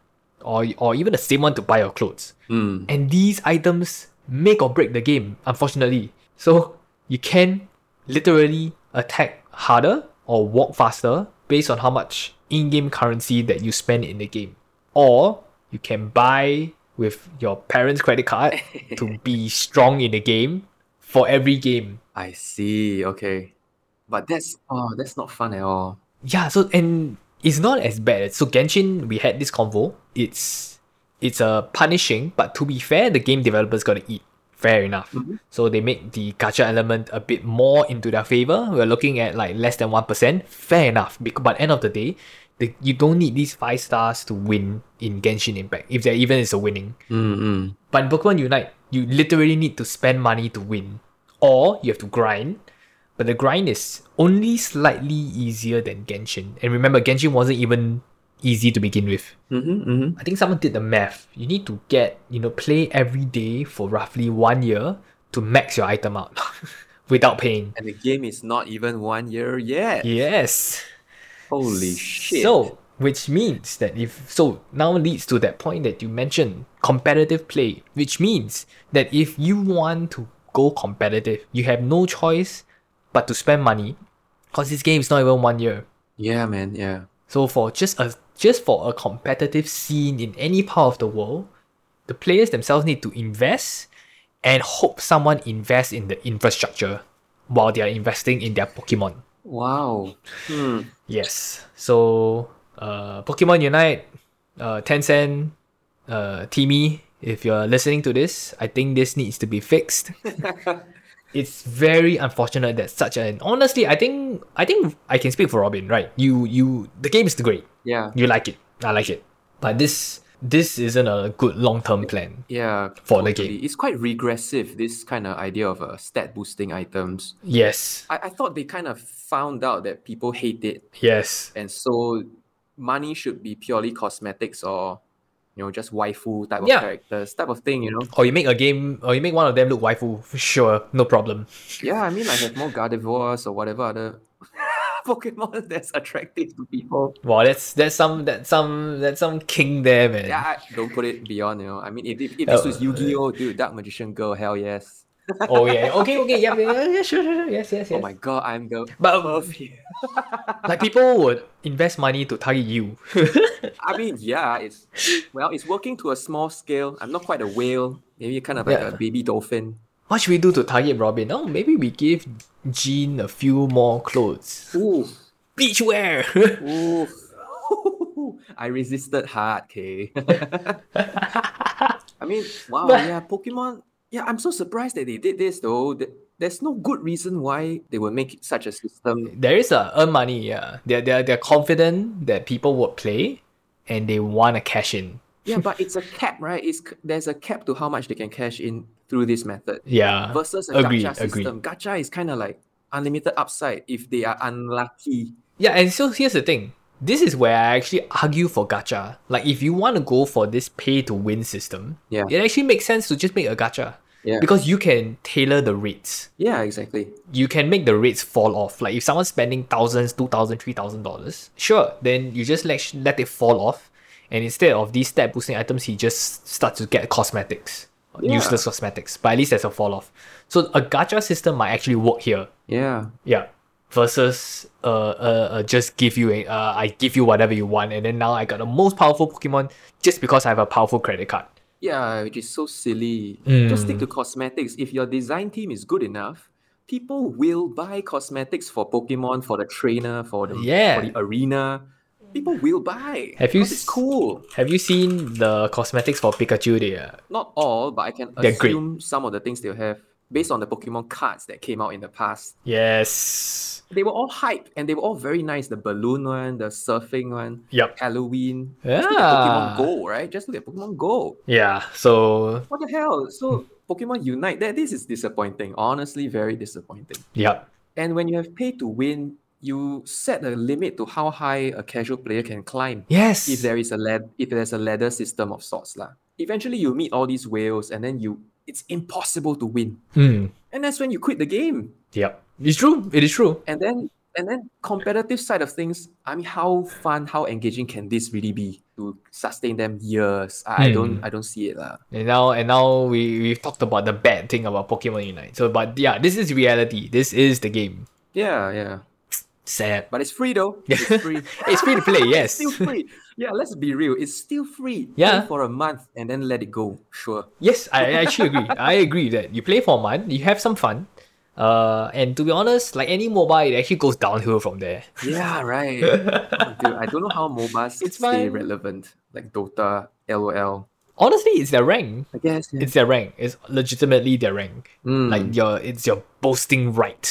[SPEAKER 1] or or even the same one to buy your clothes. And these items make or break the game, unfortunately. So you can literally attack harder or walk faster based on how much in-game currency that you spend in the game, or you can buy with your parents' credit card to be strong in the game for every game.
[SPEAKER 2] I see. Okay, but that's oh, that's not fun at all.
[SPEAKER 1] Yeah, so and it's not as bad. So Genshin, we had this convo. It's it's a punishing, but to be fair, the game developers gotta eat. Fair enough. So they make the gacha element a bit more into their favor. We're looking at like less than one percent. Fair enough. Because, but end of the day, the, you don't need these five stars to win in Genshin Impact if there even is a winning.
[SPEAKER 2] Mm-mm.
[SPEAKER 1] But in Pokemon Unite, you literally need to spend money to win, or you have to grind. But the grind is only slightly easier than Genshin. And remember, Genshin wasn't even easy to begin with.
[SPEAKER 2] Mm-hmm, mm-hmm.
[SPEAKER 1] I think someone did the math. You need to get, you know, play every day for roughly one year to max your item out without paying.
[SPEAKER 2] And the game is not even one year yet.
[SPEAKER 1] Yes.
[SPEAKER 2] Holy shit!
[SPEAKER 1] So, which means that if so now leads to that point that you mentioned, competitive play, which means that if you want to go competitive, you have no choice but to spend money. Cause this game is not even one year.
[SPEAKER 2] yeah, man. Yeah.
[SPEAKER 1] So for just a just for a competitive scene in any part of the world, the players themselves need to invest and hope someone invests in the infrastructure while they are investing in their Pokemon.
[SPEAKER 2] Wow. Hmm.
[SPEAKER 1] Yes. So, uh, Pokemon Unite, uh, Tencent, uh, Timmy, if you're listening to this, I think this needs to be fixed. it's very unfortunate that such an honestly, I think I think I can speak for Robin, right? You you the game is great.
[SPEAKER 2] Yeah.
[SPEAKER 1] You like it. I like it. But this this isn't a good long term plan.
[SPEAKER 2] Yeah.
[SPEAKER 1] For the
[SPEAKER 2] totally. It's quite regressive. This kind of idea of uh, stat boosting items.
[SPEAKER 1] Yes.
[SPEAKER 2] I, I thought they kind of found out that people hate it,
[SPEAKER 1] Yes.
[SPEAKER 2] and so money should be purely cosmetics or, you know, just waifu type
[SPEAKER 1] Yeah.
[SPEAKER 2] of characters, type of thing. You know.
[SPEAKER 1] Or you make a game or you make one of them look waifu, sure, no problem.
[SPEAKER 2] Yeah, I mean, like have more Gardevoirs or whatever other Pokemon that's attractive to people.
[SPEAKER 1] Wow, that's that's some that's some that's some king there, man.
[SPEAKER 2] Yeah, I- don't put it beyond, you know. I mean, if, if, if this was Yu Gi Oh! dude, Dark Magician Girl, hell yes.
[SPEAKER 1] oh yeah. Okay, okay, yeah, yeah, yeah, sure, sure, sure. Yes, yes, yes.
[SPEAKER 2] Oh my god, I'm the.
[SPEAKER 1] But
[SPEAKER 2] perf-
[SPEAKER 1] like people would invest money to target you.
[SPEAKER 2] I mean, yeah, it's. Well, it's working to a small scale. I'm not quite a whale, maybe kind of like a
[SPEAKER 1] Yeah.
[SPEAKER 2] baby dolphin.
[SPEAKER 1] what should we do to target Robin? Oh, maybe we give Jean a few more clothes.
[SPEAKER 2] Ooh,
[SPEAKER 1] Beachwear.
[SPEAKER 2] ooh. I resisted hard, K. I mean, wow,
[SPEAKER 1] But-
[SPEAKER 2] yeah, Pokemon. Yeah, I'm so surprised that they did this though. Th- There's no good reason why they would make such a system.
[SPEAKER 1] there is a earn money. Yeah, they're they're they're confident that people would play, and they want to cash in.
[SPEAKER 2] Yeah, but it's a cap, right? It's c- there's a cap to how much they can cash in through this method
[SPEAKER 1] Yeah.
[SPEAKER 2] versus a
[SPEAKER 1] Agreed,
[SPEAKER 2] gacha
[SPEAKER 1] agreed.
[SPEAKER 2] system. Gacha is kind of like unlimited upside if they are unlucky.
[SPEAKER 1] Yeah, and so here's the thing. This is where I actually argue for gacha. Like, if you want to go for this pay to win system,
[SPEAKER 2] Yeah.
[SPEAKER 1] it actually makes sense to just make a gacha.
[SPEAKER 2] Yeah.
[SPEAKER 1] Because you can tailor the rates.
[SPEAKER 2] Yeah, exactly.
[SPEAKER 1] You can make the rates fall off. Like, if someone's spending thousands, two thousand, three thousand dollars, sure, then you just let, let it fall off. And instead of these stat boosting items, he just starts to get cosmetics,
[SPEAKER 2] Yeah.
[SPEAKER 1] useless cosmetics. But at least there's a fall off. So, a gacha system might actually work here.
[SPEAKER 2] Yeah.
[SPEAKER 1] Yeah. Versus uh, uh, uh just give you a uh, I give you whatever you want and then now I got the most powerful Pokemon just because I have a powerful credit card.
[SPEAKER 2] Yeah, which is so silly.
[SPEAKER 1] Hmm.
[SPEAKER 2] Just stick to cosmetics. If your design team is good enough, people will buy cosmetics for Pokemon, for the trainer, for the,
[SPEAKER 1] Yeah.
[SPEAKER 2] for the arena. People will buy.
[SPEAKER 1] Have you
[SPEAKER 2] because it's
[SPEAKER 1] s-
[SPEAKER 2] cool?
[SPEAKER 1] Have you seen the cosmetics for Pikachu uh, there?
[SPEAKER 2] Not all, but I can
[SPEAKER 1] They're great.
[SPEAKER 2] assume some of the things they'll have based on the Pokemon cards that came out in the past.
[SPEAKER 1] Yes.
[SPEAKER 2] They were all hype and they were all very nice. The balloon one, the surfing one,
[SPEAKER 1] Yep.
[SPEAKER 2] Halloween. Just look at
[SPEAKER 1] Yeah.
[SPEAKER 2] Pokemon Go, right? Just look at Pokemon Go.
[SPEAKER 1] Yeah. So
[SPEAKER 2] What the hell? So Pokemon Unite, that this is disappointing. Honestly, very disappointing.
[SPEAKER 1] yep.
[SPEAKER 2] And when you have pay to win, you set a limit to how high a casual player can climb.
[SPEAKER 1] Yes.
[SPEAKER 2] If there is a lad, if there's a ladder system of sorts, lah. Eventually, you meet all these whales, and then you it's impossible to win.
[SPEAKER 1] Hmm.
[SPEAKER 2] And that's when you quit the game.
[SPEAKER 1] Yep. It's true. It is true.
[SPEAKER 2] And then And then competitive side of things, I mean, how fun, how engaging can this really be to sustain them years? I, I don't, I don't see it lah.
[SPEAKER 1] And now, and now we we've talked about the bad thing about Pokemon Unite. So, but yeah, this is reality. This is the game.
[SPEAKER 2] Yeah, yeah.
[SPEAKER 1] Sad.
[SPEAKER 2] But it's free though. It's free.
[SPEAKER 1] It's free to play.
[SPEAKER 2] It's
[SPEAKER 1] Yes.
[SPEAKER 2] still free. Yeah, let's be real. It's still free. Play
[SPEAKER 1] Yeah.
[SPEAKER 2] for a month and then let it go. Sure.
[SPEAKER 1] Yes, I actually agree. I agree that you play for a month, you have some fun. Uh, and to be honest, like any mobile, it actually goes downhill from there.
[SPEAKER 2] Yeah, right. Oh, dude, I don't know how MOBAs
[SPEAKER 1] It's
[SPEAKER 2] stay
[SPEAKER 1] fine.
[SPEAKER 2] relevant. Like Dota, LOL.
[SPEAKER 1] Honestly, it's their rank.
[SPEAKER 2] I guess. yeah.
[SPEAKER 1] It's their rank. It's legitimately their rank.
[SPEAKER 2] Mm.
[SPEAKER 1] Like your, it's your boasting right.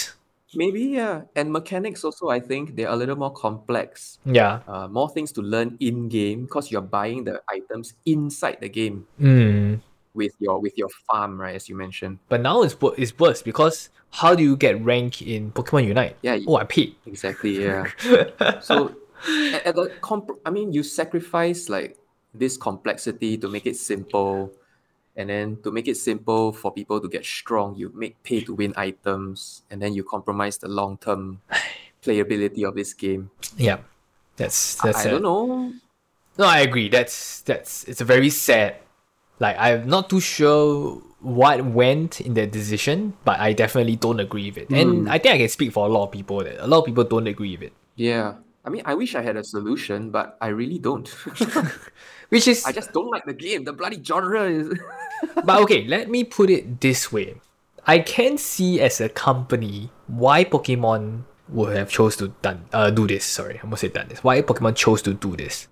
[SPEAKER 2] Maybe, yeah. And mechanics also, I think they're a little more complex.
[SPEAKER 1] Yeah.
[SPEAKER 2] Uh, more things to learn in game because you're buying the items inside the game
[SPEAKER 1] Mm.
[SPEAKER 2] with your with your farm, right? As you mentioned.
[SPEAKER 1] But now it's wo- it's worse because how do you get rank in Pokemon Unite?
[SPEAKER 2] Yeah, y-
[SPEAKER 1] Oh, I paid.
[SPEAKER 2] exactly. Yeah. so at, at the comp- I mean, you sacrifice like this complexity to make it simple, and then to make it simple for people to get strong, you make pay to win items, and then you compromise the long term playability of this game.
[SPEAKER 1] yeah. That's that's
[SPEAKER 2] I
[SPEAKER 1] it.
[SPEAKER 2] don't know.
[SPEAKER 1] No, I agree. That's that's it's a very sad. Like I'm not too sure what went in that decision, but I definitely don't agree with it. And I think I can speak for a lot of people that a lot of people don't agree with it.
[SPEAKER 2] Yeah. I mean, I wish I had a solution, but I really don't.
[SPEAKER 1] Which is
[SPEAKER 2] I just don't like the game. The bloody genre is.
[SPEAKER 1] but okay, let me put it this way. I can see as a company why Pokemon would have chose to done uh, do this. Sorry, I almost said done this. Why Pokemon chose to do this?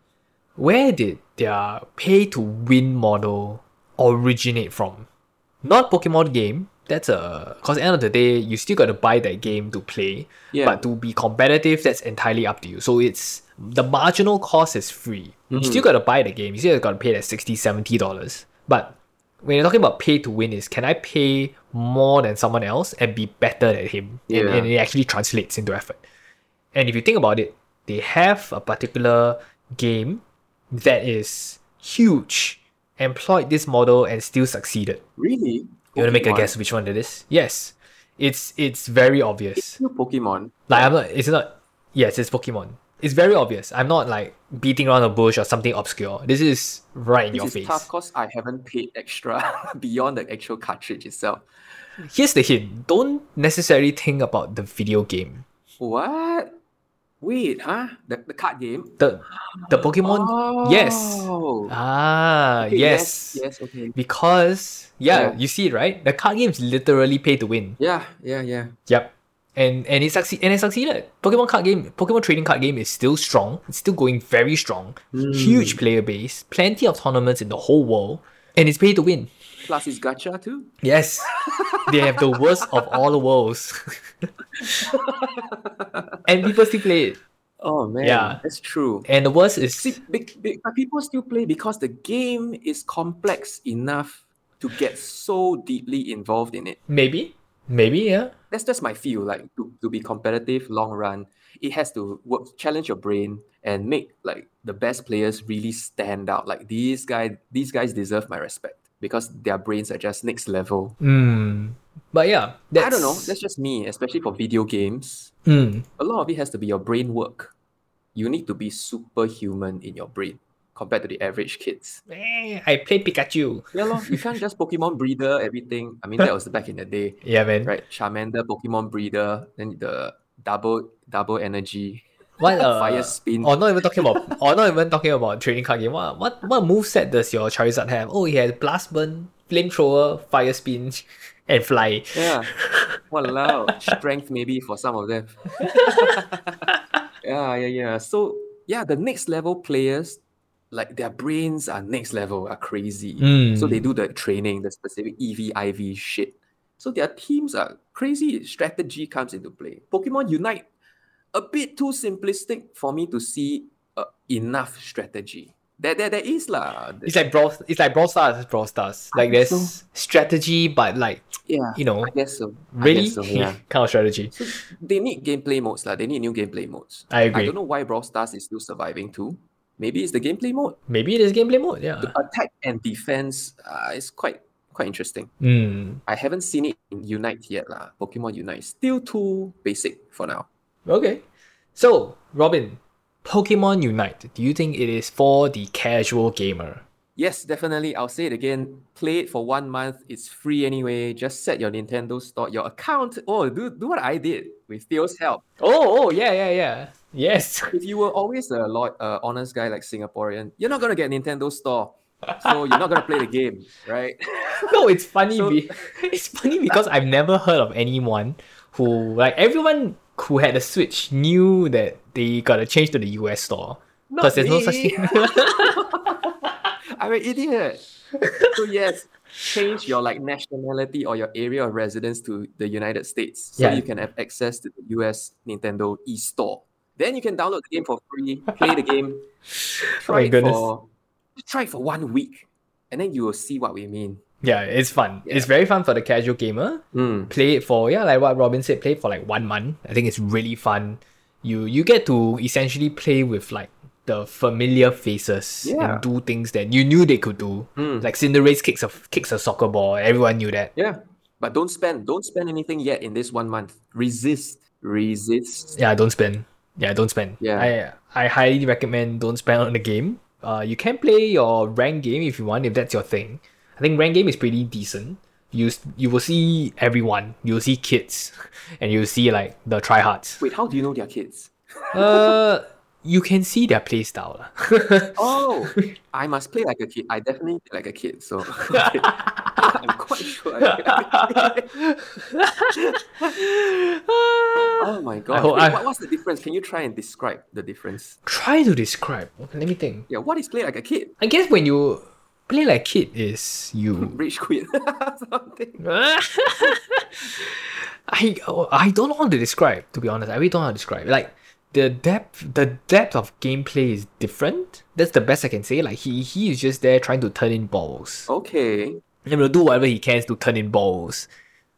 [SPEAKER 1] Where did their pay to win model originate from? Not Pokemon game. That's a because end of the day, you still got to buy that game to play.
[SPEAKER 2] Yeah.
[SPEAKER 1] But to be competitive, that's entirely up to you. So it's the marginal cost is free. You still got to buy the game. You still got to pay that 60 dollars. But when you're talking about pay to win, is can I pay more than someone else and be better than him? And,
[SPEAKER 2] Yeah.
[SPEAKER 1] and it actually translates into effort. And if you think about it, they have a particular game that is huge, employed this model and still succeeded.
[SPEAKER 2] Really?
[SPEAKER 1] You want to make a
[SPEAKER 2] Pokemon?
[SPEAKER 1] guess which one it is? Yes, it's it's very obvious.
[SPEAKER 2] Still Pokemon.
[SPEAKER 1] Like I'm not. It's not. Yes, it's Pokemon. It's very obvious. I'm not like beating around the bush or something obscure. This is right in your
[SPEAKER 2] This is
[SPEAKER 1] face.
[SPEAKER 2] tough because I haven't paid extra beyond the actual cartridge itself.
[SPEAKER 1] Here's the hint: don't necessarily think about the video game.
[SPEAKER 2] What? Wait, huh? The, the card game?
[SPEAKER 1] The the Pokemon. Yes.
[SPEAKER 2] Oh.
[SPEAKER 1] Ah,
[SPEAKER 2] Okay,
[SPEAKER 1] yes.
[SPEAKER 2] Yes, okay.
[SPEAKER 1] Because yeah,
[SPEAKER 2] Yeah.
[SPEAKER 1] you see it right. The card games literally pay to win.
[SPEAKER 2] Yeah, yeah, yeah.
[SPEAKER 1] Yep. And and it succeed and it succeeded. Pokemon card game, Pokemon trading card game is still strong. It's still going very strong.
[SPEAKER 2] Mm.
[SPEAKER 1] Huge player base, plenty of tournaments in the whole world, and it's pay to win.
[SPEAKER 2] Plus it's gacha too?
[SPEAKER 1] Yes, they have the worst of all the worlds. and people still play it.
[SPEAKER 2] Oh man,
[SPEAKER 1] Yeah.
[SPEAKER 2] that's true.
[SPEAKER 1] And the worst is
[SPEAKER 2] See, be, be- but people still play because the game is complex enough to get so deeply involved in it.
[SPEAKER 1] maybe, maybe yeah,
[SPEAKER 2] That's just my feel. Like to, to be competitive long run, it has to work, challenge your brain and make like the best players really stand out. Like these guy, these guys deserve my respect because their brains are just next level.
[SPEAKER 1] mm. but yeah, that's,
[SPEAKER 2] I don't know. That's just me, especially for video games.
[SPEAKER 1] Mm.
[SPEAKER 2] A lot of it has to be your brain work. You need to be superhuman in your brain compared to the average kids.
[SPEAKER 1] Eh, I played Pikachu.
[SPEAKER 2] Yeah, lor. You can't just Pokemon breeder everything. I mean, that was back in the day,
[SPEAKER 1] Yeah, man.
[SPEAKER 2] right? Charmander, Pokemon breeder, then the double double energy,
[SPEAKER 1] What uh,
[SPEAKER 2] fire spin.
[SPEAKER 1] Or not even talking about, or not even talking about trading card game. What what what move set does your Charizard have? Oh, he has blast burn, flamethrower, fire spin, and fly.
[SPEAKER 2] Yeah. Walao. Strength maybe for some of them. yeah, yeah, yeah. So yeah, the next level players, like their brains are next level, are crazy.
[SPEAKER 1] Mm.
[SPEAKER 2] So they do the training, the specific E EV, IV shit. So their teams are crazy. Strategy comes into play. Pokemon Unite, a bit too simplistic for me to see uh, enough strategy. There, there, there is lah.
[SPEAKER 1] It's like brawl. It's like brawl stars. Brawl stars. Like there's
[SPEAKER 2] so-
[SPEAKER 1] strategy, but like
[SPEAKER 2] yeah,
[SPEAKER 1] you know,
[SPEAKER 2] I guess so. I
[SPEAKER 1] really
[SPEAKER 2] guess so, yeah.
[SPEAKER 1] kind of strategy.
[SPEAKER 2] So they need gameplay modes, lah. They need new gameplay modes.
[SPEAKER 1] I agree.
[SPEAKER 2] I don't know why Brawl Stars is still surviving too. Maybe it's the gameplay mode.
[SPEAKER 1] Maybe it is gameplay mode. Yeah.
[SPEAKER 2] Attack and defense uh, is quite quite interesting.
[SPEAKER 1] Mm.
[SPEAKER 2] I haven't seen it in Unite yet, lah. Pokemon Unite still too basic for now.
[SPEAKER 1] Okay. So, Robin, Pokemon Unite, do you think it is for the casual gamer?
[SPEAKER 2] Yes, definitely. I'll say it again. Play it for one month. It's free anyway. Just set your Nintendo store, your account. Oh, do, do what I did with Theo's help.
[SPEAKER 1] Oh, oh, yeah, yeah, yeah. Yes.
[SPEAKER 2] If you were always a lo- uh, honest guy like Singaporean, you're not going to get Nintendo store. So you're not going to play the game, right?
[SPEAKER 1] no, it's funny.
[SPEAKER 2] So-
[SPEAKER 1] be- it's funny because I've never heard of anyone who like everyone who had a Switch knew that they gotta change to the US store because there's no such
[SPEAKER 2] me.
[SPEAKER 1] thing.
[SPEAKER 2] I'm an idiot. so yes, change your like nationality or your area of residence to the United States so
[SPEAKER 1] Yeah.
[SPEAKER 2] you can have access to the US Nintendo eStore. Then you can download the game for free, play the game, try it
[SPEAKER 1] Oh goodness.
[SPEAKER 2] for try it for one week, and then you will see what we mean.
[SPEAKER 1] yeah, it's fun. It's very fun for the casual gamer.
[SPEAKER 2] Mm.
[SPEAKER 1] Play it for yeah, like what Robin said, play it for like one month. I think it's really fun. You you get to essentially play with like the familiar faces
[SPEAKER 2] Yeah.
[SPEAKER 1] and do things that you knew they could do.
[SPEAKER 2] Mm.
[SPEAKER 1] Like Cinderace kicks a kicks a soccer ball. Everyone knew that.
[SPEAKER 2] Yeah. But don't spend, don't spend anything yet in this one month. Resist. Resist.
[SPEAKER 1] Yeah, don't spend. Yeah, don't spend.
[SPEAKER 2] Yeah.
[SPEAKER 1] I I highly recommend don't spend on the game. Uh, you can play your rank game if you want, if that's your thing. I think rank game is pretty decent. You s- you will see everyone. You'll see kids, and you'll see like the tryhards.
[SPEAKER 2] Wait, how do you know they're kids?
[SPEAKER 1] uh, you can see their Uh, playstyle. lah.
[SPEAKER 2] Oh, I must play like a kid. I definitely play like a kid, so I'm quite sure. I play like a kid. oh my god!
[SPEAKER 1] hope
[SPEAKER 2] Wait,
[SPEAKER 1] I-
[SPEAKER 2] what, what's the difference? Can you try and describe the difference?
[SPEAKER 1] Try to describe. Okay, let me think.
[SPEAKER 2] Yeah, what is play like a kid?
[SPEAKER 1] I guess when you play like kid is you
[SPEAKER 2] Rich quit something.
[SPEAKER 1] I oh, I don't know how to describe. To be honest, I really don't know how to describe. Like the depth, the depth of gameplay is different. That's the best I can say. Like he he is just there trying to turn in balls.
[SPEAKER 2] Okay.
[SPEAKER 1] And will do whatever he can to turn in balls.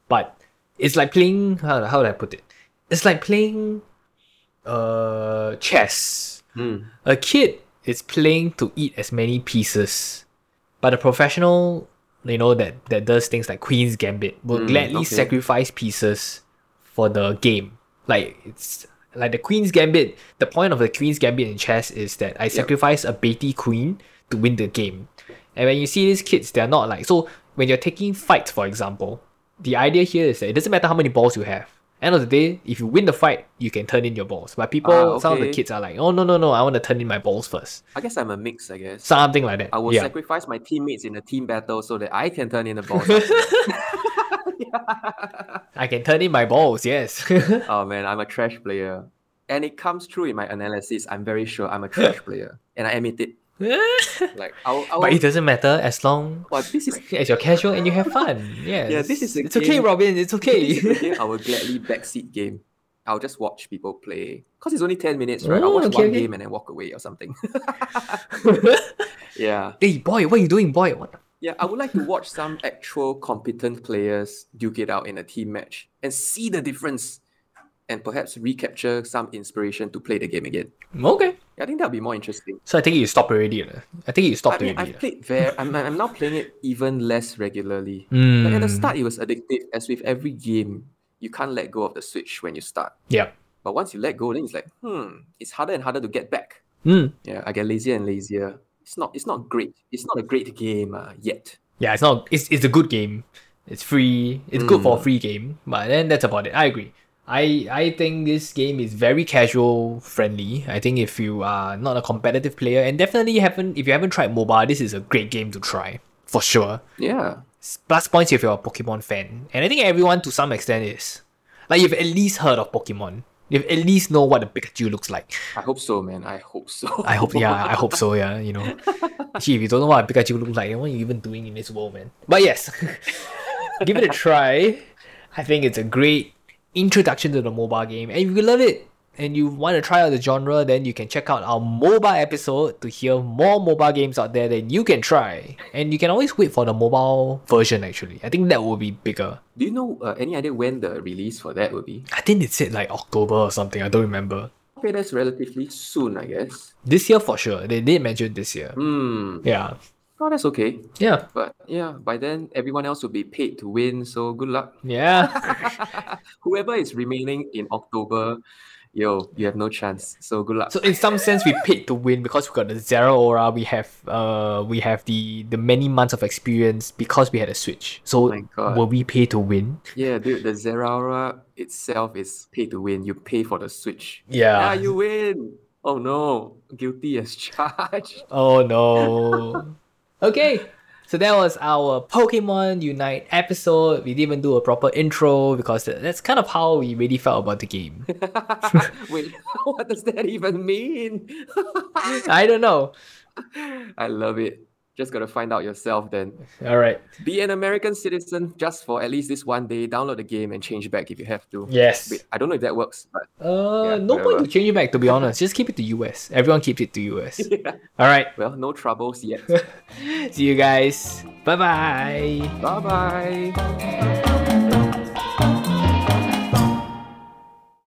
[SPEAKER 1] But it's like playing. How how do I put it? It's like playing, uh, chess.
[SPEAKER 2] Hmm.
[SPEAKER 1] A kid is playing to eat as many pieces, but a professional, you know, that, that does things like Queen's Gambit will
[SPEAKER 2] Mm,
[SPEAKER 1] gladly
[SPEAKER 2] okay.
[SPEAKER 1] sacrifice pieces for the game. Like it's like the Queen's Gambit. The point of the Queen's Gambit in chess is that I sacrifice a Beatty Queen to win the game. And when you see these kids, they're not like so. When you're taking fights, for example, the idea here is that it doesn't matter how many balls you have. End of the day, if you win the fight, you can turn in your balls. But people,
[SPEAKER 2] Ah,
[SPEAKER 1] some of the
[SPEAKER 2] okay.
[SPEAKER 1] kids are like, oh no no no, I want to turn in my balls first,
[SPEAKER 2] I guess I'm a mix. I guess
[SPEAKER 1] something like that.
[SPEAKER 2] I will
[SPEAKER 1] yeah.
[SPEAKER 2] sacrifice my teammates in a team battle so that I can turn in the ball.
[SPEAKER 1] I can turn in my balls. Yes.
[SPEAKER 2] oh man, I'm a trash player, and it comes through in my analysis. I'm very sure I'm a trash player, and I admit it.
[SPEAKER 1] but
[SPEAKER 2] Like, I'll, I'll,
[SPEAKER 1] it doesn't matter as long
[SPEAKER 2] Wow, this is
[SPEAKER 1] as you're casual and you have fun. Yes.
[SPEAKER 2] this is a
[SPEAKER 1] it's okay,
[SPEAKER 2] game-
[SPEAKER 1] Robin. It's
[SPEAKER 2] This is
[SPEAKER 1] okay.
[SPEAKER 2] the game I will gladly backseat game. I'll just watch people play. Because it's only 10 minutes, right? I'll
[SPEAKER 1] Oh,
[SPEAKER 2] watch
[SPEAKER 1] okay,
[SPEAKER 2] one
[SPEAKER 1] okay.
[SPEAKER 2] game and then walk away or something. yeah.
[SPEAKER 1] hey boy, what are you doing, boy? What?
[SPEAKER 2] Yeah, I would like to watch some actual competent players duke it out in a team match and see the difference and perhaps recapture some inspiration to play the game again.
[SPEAKER 1] Okay.
[SPEAKER 2] I think that would be more interesting.
[SPEAKER 1] So I think you stopped already. lah. I think you
[SPEAKER 2] I
[SPEAKER 1] stopped
[SPEAKER 2] mean,
[SPEAKER 1] already.
[SPEAKER 2] I've
[SPEAKER 1] lah.
[SPEAKER 2] played very, I'm, I'm now playing it even less regularly. Like at the
[SPEAKER 1] Mm,
[SPEAKER 2] start, it was addictive. As with every game, you can't let go of the Switch when you start.
[SPEAKER 1] yeah.
[SPEAKER 2] But once you let go, then it's like, hmm, it's harder and harder to get back.
[SPEAKER 1] Mm.
[SPEAKER 2] Yeah, I get lazier and lazier. It's not, it's not great. It's not a great game uh, yet.
[SPEAKER 1] Yeah, it's not. It's it's a good game. It's free. It's good for a
[SPEAKER 2] Mm.
[SPEAKER 1] free game. But then that's about it. I agree. I I think this game is very casual friendly. I think if you are not a competitive player and definitely haven't if you haven't tried MOBA, this is a great game to try for sure.
[SPEAKER 2] Yeah,
[SPEAKER 1] Plus points if you're a Pokemon fan, and I think everyone to some extent is. Like you've at least heard of Pokemon. You've at least know what a Pikachu looks like.
[SPEAKER 2] I hope so, man. I hope so.
[SPEAKER 1] I hope, yeah, I hope so, yeah, you know. Gee, if you don't know what a Pikachu looks like, then what are you even doing in this world, man? But yes, give it a try. I think it's a great introduction to the mobile game. And if you love it and you want to try out the genre, then you can check out our mobile episode to hear more mobile games out there that you can try. And you can always wait for the mobile version, actually. I think that will be bigger.
[SPEAKER 2] Do you know uh, any idea when the release for that will be?
[SPEAKER 1] I think it said like October or something, I don't remember.
[SPEAKER 2] Okay, that's relatively soon, I guess.
[SPEAKER 1] This year for sure. They did mention this year.
[SPEAKER 2] Hmm.
[SPEAKER 1] Yeah.
[SPEAKER 2] Oh, that's okay.
[SPEAKER 1] Yeah.
[SPEAKER 2] But yeah, by then everyone else will be paid to win. So good luck.
[SPEAKER 1] Yeah.
[SPEAKER 2] Whoever is remaining in October yo, you have no chance. So good luck.
[SPEAKER 1] So in some sense, we paid to win because we got the zero aura. We have uh, we have the the many months of experience because we had a switch. So
[SPEAKER 2] Oh My God.
[SPEAKER 1] were we paid to win?
[SPEAKER 2] yeah, dude, the Zeraora itself is pay to win. You pay for the Switch. Ah,
[SPEAKER 1] Yeah.
[SPEAKER 2] you win. Oh no, guilty as charged.
[SPEAKER 1] Oh no. okay. So that was our Pokemon Unite episode. We didn't even do a proper intro because that- that's kind of how we really felt about the game.
[SPEAKER 2] Wait, what does that even mean?
[SPEAKER 1] I don't know.
[SPEAKER 2] I love it. Just gotta find out yourself then.
[SPEAKER 1] All right.
[SPEAKER 2] Be an American citizen just for at least this one day. Download the game and change back if you have to.
[SPEAKER 1] Yes.
[SPEAKER 2] Wait, I don't know if that works, but
[SPEAKER 1] Uh,
[SPEAKER 2] Yeah,
[SPEAKER 1] no point
[SPEAKER 2] whatever.
[SPEAKER 1] to change it back. To be honest, just keep it to US. Everyone keeps it to US. All right.
[SPEAKER 2] well, no troubles yet.
[SPEAKER 1] See you guys. Bye bye.
[SPEAKER 2] bye bye.